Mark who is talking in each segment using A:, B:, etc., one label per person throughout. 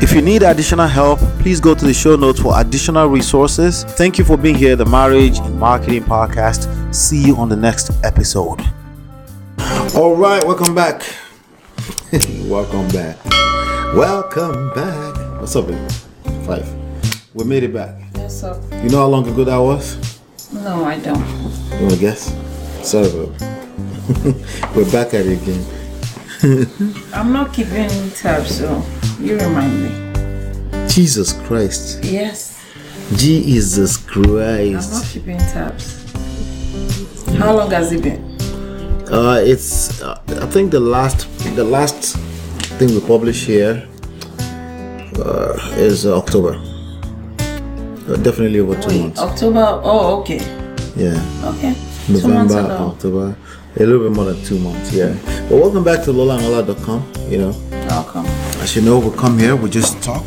A: If you need additional help, please go to the show notes for additional resources. Thank you for being here, the Marriage and Marketing Podcast. See you on the next episode. All right, welcome back. welcome back. Welcome back. What's up, baby? Five. We made it back.
B: Yes, sir.
A: You know how long ago that was?
B: No, I don't.
A: You wanna guess? Sorry, bro. We're back at it again.
B: I'm not keeping tabs, so you remind me.
A: Jesus Christ.
B: Yes,
A: Jesus
B: I'm not
A: Christ.
B: keeping tabs. How long has it been?
A: Uh, it's uh, I think the last the last thing we publish here uh, is uh, October. Uh, definitely over two
B: Wait,
A: months.
B: October. Oh, okay,
A: Yeah.
B: okay. Two months
A: November,
B: ago.
A: October, a little bit more than two months, yeah. But welcome back to lolanola.com. You know,
B: Welcome.
A: as you know, we come here, we just talk,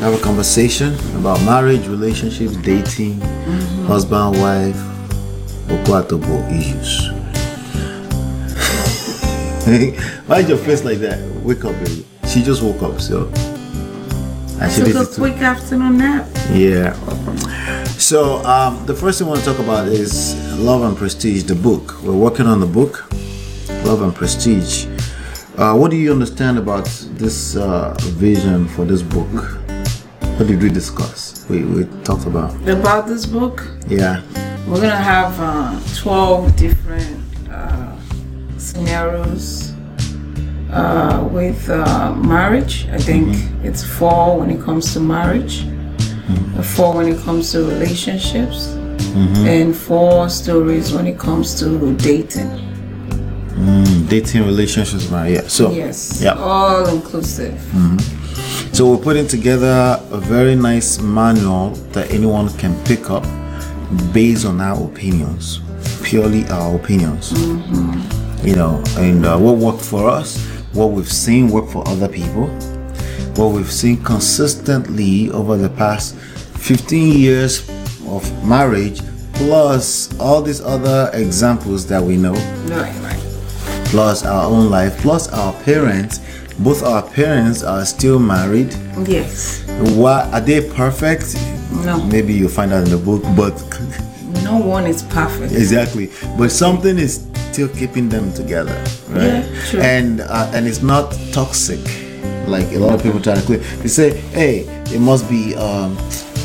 A: have a conversation about marriage, relationships, dating, husband, wife, okwatobo issues. Why is your face like that? Wake up, baby. She just woke up, so. And she did
B: Took
A: it
B: a
A: too.
B: quick afternoon nap.
A: Yeah. So um, the first thing I want to talk about is Love and Prestige, the book. We're working on the book, Love and Prestige. Uh, what do you understand about this uh, vision for this book? What did we discuss? We, we talked about.
B: About this book,
A: Yeah.
B: we're gonna have uh, 12 different uh, scenarios uh, with uh, marriage. I think
A: Mm-hmm.
B: it's four when it comes to marriage, four when it comes to relationships,
A: Mm-hmm.
B: and four stories when it comes to dating.
A: Mm, dating, relationships, right? Yeah. So,
B: Yes,
A: Yeah.
B: all inclusive.
A: Mm-hmm. So we're putting together a very nice manual that anyone can pick up based on our opinions, purely our opinions. You know, and uh, what worked for us, what we've seen work for other people, what we've seen consistently over the past 15 years of marriage, plus all these other examples that we know
B: Right, right.
A: plus our own life, plus our parents. Both our parents are still married.
B: Yes.
A: Why are they perfect?
B: No.
A: Maybe you'll find out in the book, but
B: No one is perfect.
A: exactly. But something is still keeping them together, right?
B: Yeah, true.
A: And uh, and it's not toxic, like a lot of people try to claim. They say, hey, it must be, um,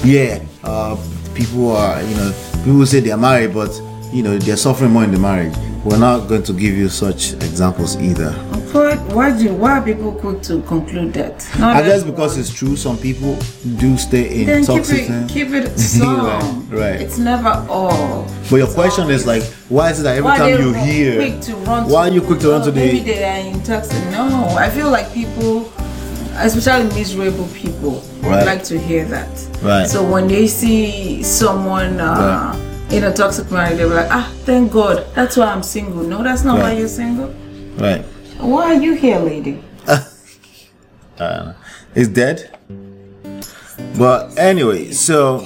A: yeah. Uh, people are, you know, people say they're married, but you know they're suffering more in the marriage. We're not going to give you such examples either.
B: But why do why are people quick to conclude that? Not
A: I guess
B: everyone.
A: because it's true, some people do stay in
B: Then keep
A: toxic.
B: it,
A: eh?
B: keep it some.
A: Right, right.
B: It's never all.
A: but your question is like, why is it that every time
B: they
A: you
B: run-
A: hear,
B: quick to run
A: why are you quick to run
B: oh,
A: to
B: Maybe
A: the?
B: they are in toxic. No, I feel like people, especially miserable people,
A: Right.
B: like to hear that.
A: Right.
B: So when they see someone. Uh, In a toxic marriage, they were like, ah, thank God, that's why I'm single. No, that's not why
A: Right.
B: you're single.
A: Right,
B: Why are you here, lady?
A: uh, it's dead. But anyway, so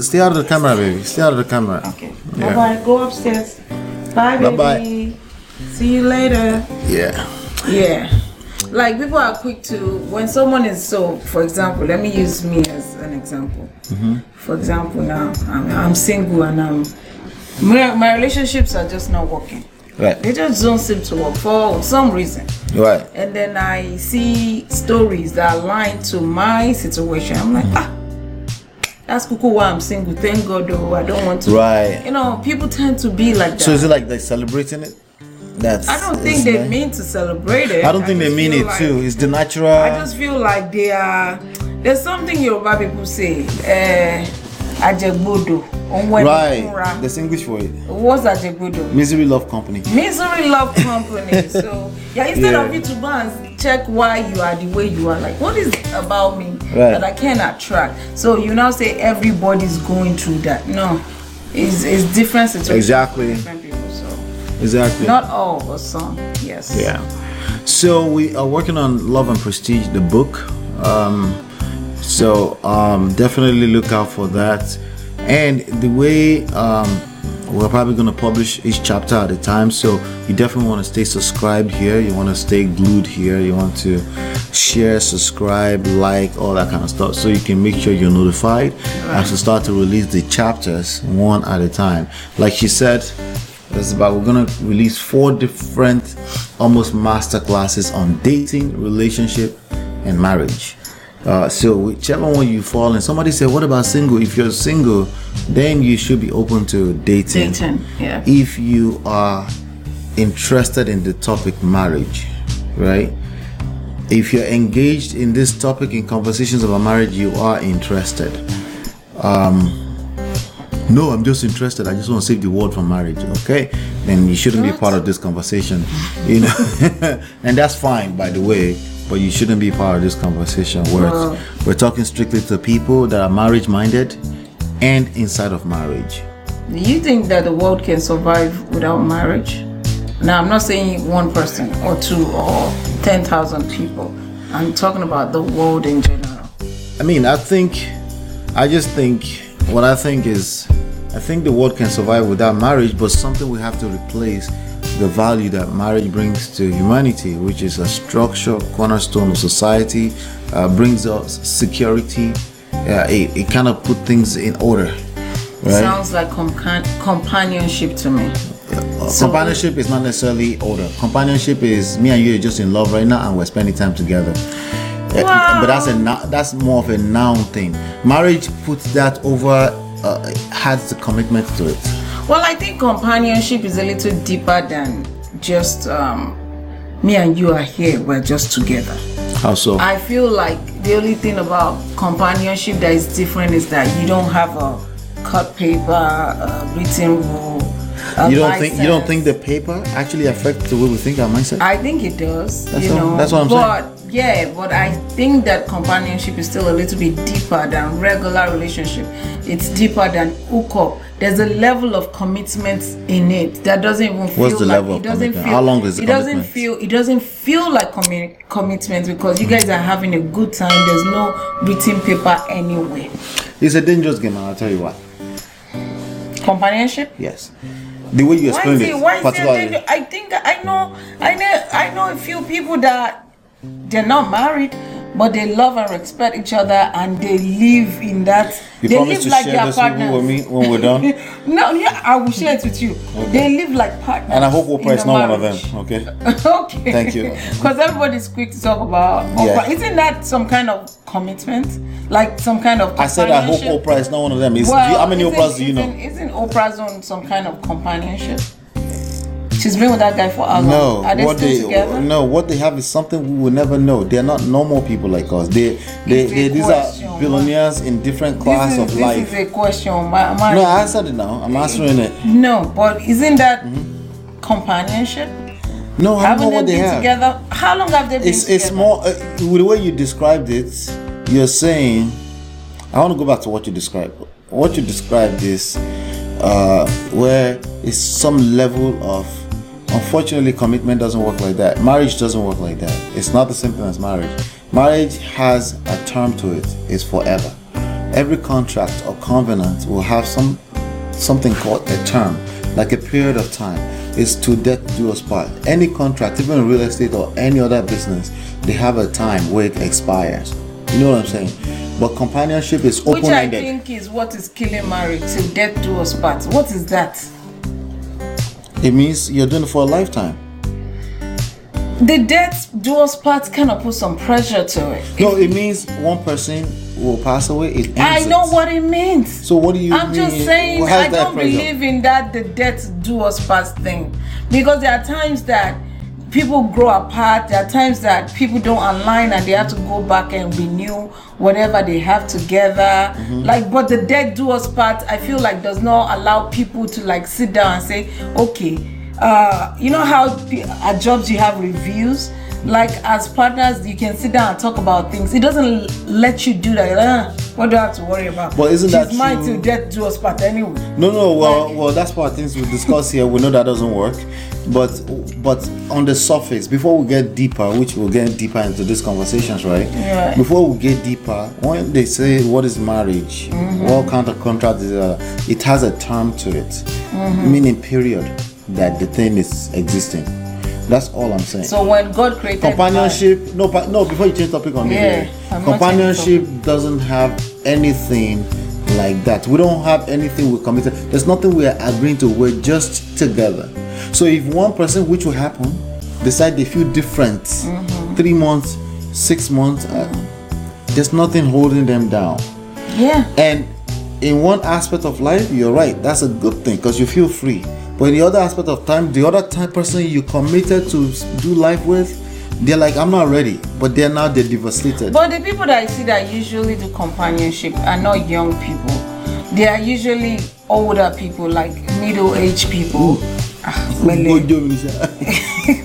A: stay out of the camera, baby. Stay out of the camera.
B: Okay.
A: Yeah.
B: Bye bye. Go upstairs. Bye, baby.
A: Bye-bye.
B: See you later.
A: Yeah.
B: Yeah. Like people are quick to when someone is so. For example, let me use me as an example.
A: Mm-hmm.
B: For example, now I'm, I'm single and I'm my, my relationships are just not working.
A: Right.
B: They just don't seem to work for some reason.
A: Right.
B: And then I see stories that align to my situation. I'm like, ah, that's cuckoo why I'm single. Thank God, though. I don't want to.
A: Right.
B: You know, people tend to be like that.
A: So is it like like celebrating it? That's.
B: I don't
A: it's
B: think they
A: like-
B: mean to celebrate it.
A: I don't think they
B: just
A: mean
B: feel
A: it
B: like-
A: too. It's the natural.
B: I just feel like they are. There's something Yoruba people say. Eh, ajegbodo. onwe ni
A: right.
B: fúnra."
A: There's English for it.
B: What's ajegbodo?
A: Misery love company.
B: Misery love company. so yeah, instead of
A: Yeah.
B: you to go and check why you are the way you are, like what is it about me
A: Right.
B: that I can attract? So you now say everybody's going through that. No, it's it's different situations.
A: Exactly.
B: Different people. So
A: Exactly.
B: not all, but some. Yes.
A: Yeah. So we are working on Love and Prestige, the book. Um, so um, definitely look out for that. And the way um, we're probably going to publish each chapter at a time, so you definitely want to stay subscribed here. You want to stay glued here. You want to share, subscribe, like, all that kind of stuff, so you can make sure you're notified as we start to release the chapters one at a time. Like she said, it's about we're gonna release four different almost master classes on dating, relationship, and marriage. Uh, so whichever one you fall in, somebody said, "What about single? If you're single, then you should be open to dating.
B: Dating, yeah.
A: If you are interested in the topic marriage, right? If you're engaged in this topic in conversations about marriage, you are interested. Um, No, I'm just interested. I just want to save the world from marriage. Okay, then you shouldn't be part of this conversation, you know. and that's fine, by the way. But you shouldn't be part of this conversation. Where it's-
B: Wow.
A: we're talking strictly to people that are marriage-minded and inside of marriage.
B: Do you think that the world can survive without marriage? Now, I'm not saying one person or two or 10,000 people. I'm talking about the world in general.
A: I mean, I think, I just think, what I think is, I think the world can survive without marriage, but something we have to replace the value that marriage brings to humanity, which is a structure, cornerstone of society, uh, brings us security. Uh, it, it kind of put things in order, right?
B: Sounds like compa- companionship to me.
A: Uh, companionship is not necessarily order. Companionship is me and you are just in love right now, and we're spending time together. Uh,
B: Wow.
A: But that's a nou- that's more of a noun thing. Marriage puts that over, uh, adds the commitment to it.
B: Well, I think companionship is a little deeper than just um, me and you are here, we're just together.
A: How so?
B: I feel like the only thing about companionship that is different is that you don't have a cut paper, a written rule. a
A: you don't think you don't think
B: license.
A: the paper actually affects the way we think our mindset?
B: I think it does.
A: That's
B: you
A: what-
B: know,
A: that's what I'm saying.
B: but, yeah, but I think that companionship is still a little bit deeper than regular relationship. It's deeper than hookup. There's a level of commitment in it that doesn't even feel
A: What's the
B: like
A: level
B: it
A: of
B: doesn't
A: commitment?
B: feel.
A: How long is the
B: it doesn't
A: commitment?
B: feel. It doesn't feel like commi- commitment because you guys are having a good time. There's no written paper anywhere.
A: it's a dangerous game, and I'll tell you why.
B: Companionship.
A: Yes, the way you
B: Why
A: explain
B: is it?
A: it,
B: Why is it?
A: particularly.
B: that- I think I know. I know. I know a few people that they're not married, but they love and respect each other, and they live in that.
A: You
B: they
A: promise
B: live
A: to
B: like
A: share
B: their
A: this with me
B: partners.
A: when we- when we're done?
B: no, yeah, I will share it with you. They live like partners.
A: and I hope Oprah
B: in
A: is
B: the
A: not one
B: marriage.
A: of them. Okay.
B: okay.
A: Thank you.
B: Because everybody's quick to talk about
A: Yeah.
B: Oprah. Isn't that some kind of commitment? Like some kind of.
A: I said I hope
B: companionship?
A: Oprah is not one of them. It's, do you- how many
B: isn't-
A: Oprahs do you know?
B: isn't- Isn't Oprah's on some kind of companionship? She's been with that guy for how long?
A: No,
B: Are they
A: what
B: still
A: they
B: together?
A: no, what they have is something we will never know. They are not normal people like us. They, they,
B: It's a
A: they these
B: question
A: are
B: mark.
A: billionaires in different
B: this
A: class
B: is,
A: of
B: this
A: life.
B: is a question. My, my,
A: no,
B: no,
A: I answered it now. I'm answering it.
B: but isn't that companionship?
A: No, Mm-hmm. I don't know
B: Haven't they
A: what they
B: been
A: have.
B: together? How long have they been
A: It's
B: together?
A: it's more uh, with the way you described it. You're saying, I want to go back to what you described. What you described is uh, where it's some level of. Unfortunately, commitment doesn't work like that. Marriage doesn't work like that. It's not the same thing as marriage. Marriage has a term to it. It's forever. Every contract or covenant will have some something called a term, like a period of time. It's to death do us part. Any contract, even real estate or any other business, they have a time where it expires. You know what I'm saying? But companionship is
B: Which I
A: open-ended.
B: think is what is killing marriage till death do us part. What is that?
A: It means you're doing it for a lifetime.
B: The death do us part kind of put some pressure to it.
A: No, it means one person will pass away. It ends.
B: I know
A: it.
B: what it means.
A: So what do you
B: I'm
A: mean?
B: just saying,
A: How's
B: I
A: that
B: don't
A: pressure?
B: believe in that the death do us part thing, because there are times that people grow apart. There are times that people don't align and they have to go back and renew whatever they have together.
A: Mm-hmm.
B: Like, but the death do us part, I feel like does not allow people to like sit down and say, okay, uh, you know how pe- at jobs you uh, have reviews. like as partners, you can sit down and talk about things. It doesn't l- let you do that. You're like, "Ah, what do I have to worry about?
A: But isn't
B: She's
A: that
B: mine
A: true?
B: till death do us part anyway.
A: No, no. Well, well, that's part of things we discuss here. We know that doesn't work, but but on the surface, before we get deeper, which we'll get deeper into these conversations, right?
B: Yeah.
A: Before we get deeper, when they say what is marriage, what kind of contract is that? It has a term to it, meaning period that the thing is existing. That's all I'm saying
B: So when God created man-
A: companionship no pa- no before you change topic on
B: Yeah,
A: me
B: I'm not
A: companionship doesn't have anything like that we don't have anything we're committed there's nothing we're agreeing to we're just together so if one person which will happen decide they feel different
B: Mm-hmm.
A: three months six months uh, there's nothing holding them down
B: yeah,
A: and in one aspect of life, you're right. That's a good thing because you feel free. But in the other aspect of time, the other time person you committed to s- do life with, they're like, I'm not ready. But they're now they're devastated.
B: but the people that I see that usually do companionship are not young people. They are usually older people, like middle-aged people. Ah, Wele.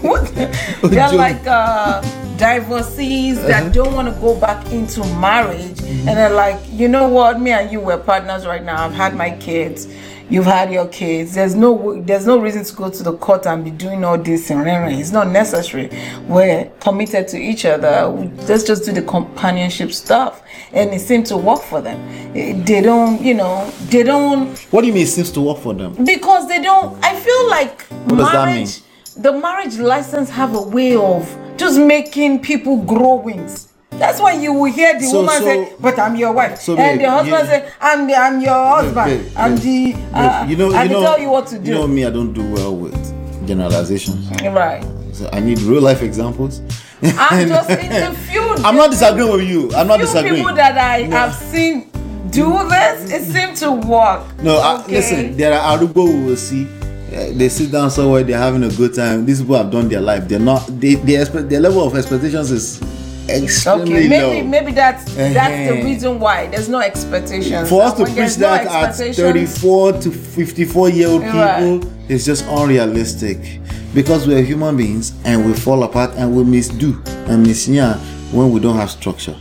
B: what? They're
A: Joey.
B: like uh, divorcees that don't want to go back into marriage, and they're like, you know what? Me and you were partners right now. I've had my kids. You've had your kids. There's no w- there's no reason to go to the court and be doing all this and rah, rah. it's not necessary. We're committed to each other. We- Let's just do the companionship stuff, and it seemed to work for them. Eh, They don't, you know, they don't
A: what do you mean it seems to work for them?
B: because they don't i feel like
A: does that mean?
B: marriage the marriage license have a way of just making people grow wings that's why you will hear the
A: So-
B: woman
A: so-
B: say but i'm your wife
A: so
B: and
A: babe,
B: the husband
A: you-
B: say i'm the i'm your husband
A: babe,
B: i'm
A: babe,
B: the uh,
A: you know,
B: i
A: you
B: can
A: know,
B: tell you what to do
A: You know me, I don't do well with generalizations.
B: right
A: So I need real life examples.
B: i'm just in the field
A: I'm not disagreeing with you. I'm not
B: few
A: disagreeing.
B: people that i have seen do this it seemed to work
A: No, I,
B: Okay.
A: listen, there are Arugbo we will see. uh, They sit down somewhere, they're having a good time. These people have done their life. They're not, they, they expect, their level of expectations is extremely
B: Okay, maybe
A: low.
B: maybe that's that's the
A: Uh-huh.
B: reason why there's no expectations.
A: For us
B: And
A: to
B: when
A: preach
B: there's no
A: that at
B: expectations-
A: 34 to 54 year old people
B: Right.
A: is just unrealistic because we're human beings and we fall apart and we misdo and misnya when we don't have structure.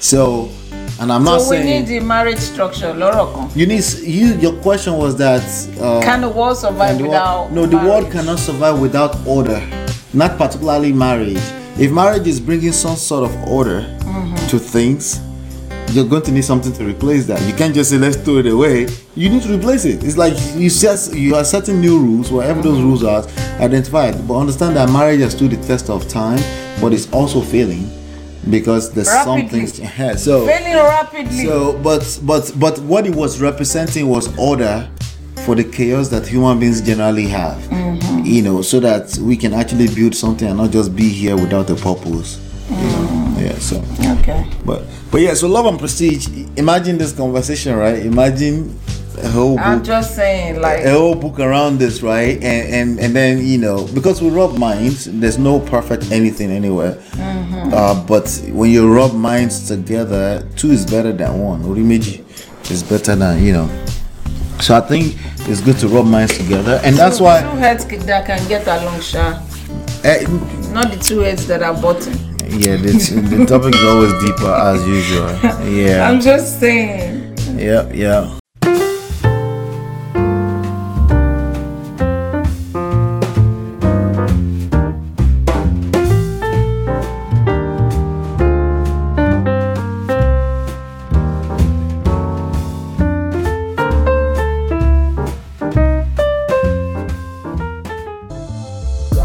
A: So, and I'm not
B: Hmm. so we
A: saying
B: need the marriage structure, Loroko.
A: you need you. Your question was that uh,
B: Can the world survive
A: And the world-
B: without
A: no the world
B: marriage?
A: cannot survive without order not particularly marriage if marriage is bringing some sort of order
B: Mm-hmm.
A: to things you're going to need something to replace that you can't just say let's throw it away you need to replace it it's like you just you are setting new rules whatever those rules are identified but understand that marriage has stood the test of time but it's also failing because there's some
B: Rapidly.
A: things yeah, so
B: Failing rapidly.
A: so, but but but what it was representing was order for the chaos that human beings generally have. You know, so that we can actually build something and not just be here without a purpose. You know? Yeah. So,
B: okay.
A: but but yeah. So love and prestige. Imagine this conversation, right? Imagine a whole
B: I'm
A: book,
B: just saying,
A: a
B: like,
A: whole book around this, right? And and and then you know because we rub minds. There's no perfect anything anywhere. Uh, but when you rub minds together, two is better than one. Urimeji is better than you know. So I think it's good to rub minds together, and that's
B: two,
A: why.
B: two heads c- that can get along, sha.
A: eh,
B: Not the two heads that are bottom.
A: yeah, the, the topic is always deeper as usual. Yeah.
B: I'm just saying.
A: Yeah, yeah.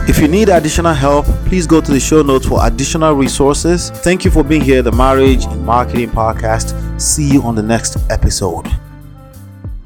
A: If you need additional help, please go to the show notes for additional resources. Thank you for being here, the Marriage and Marketing Podcast. See you on the next episode.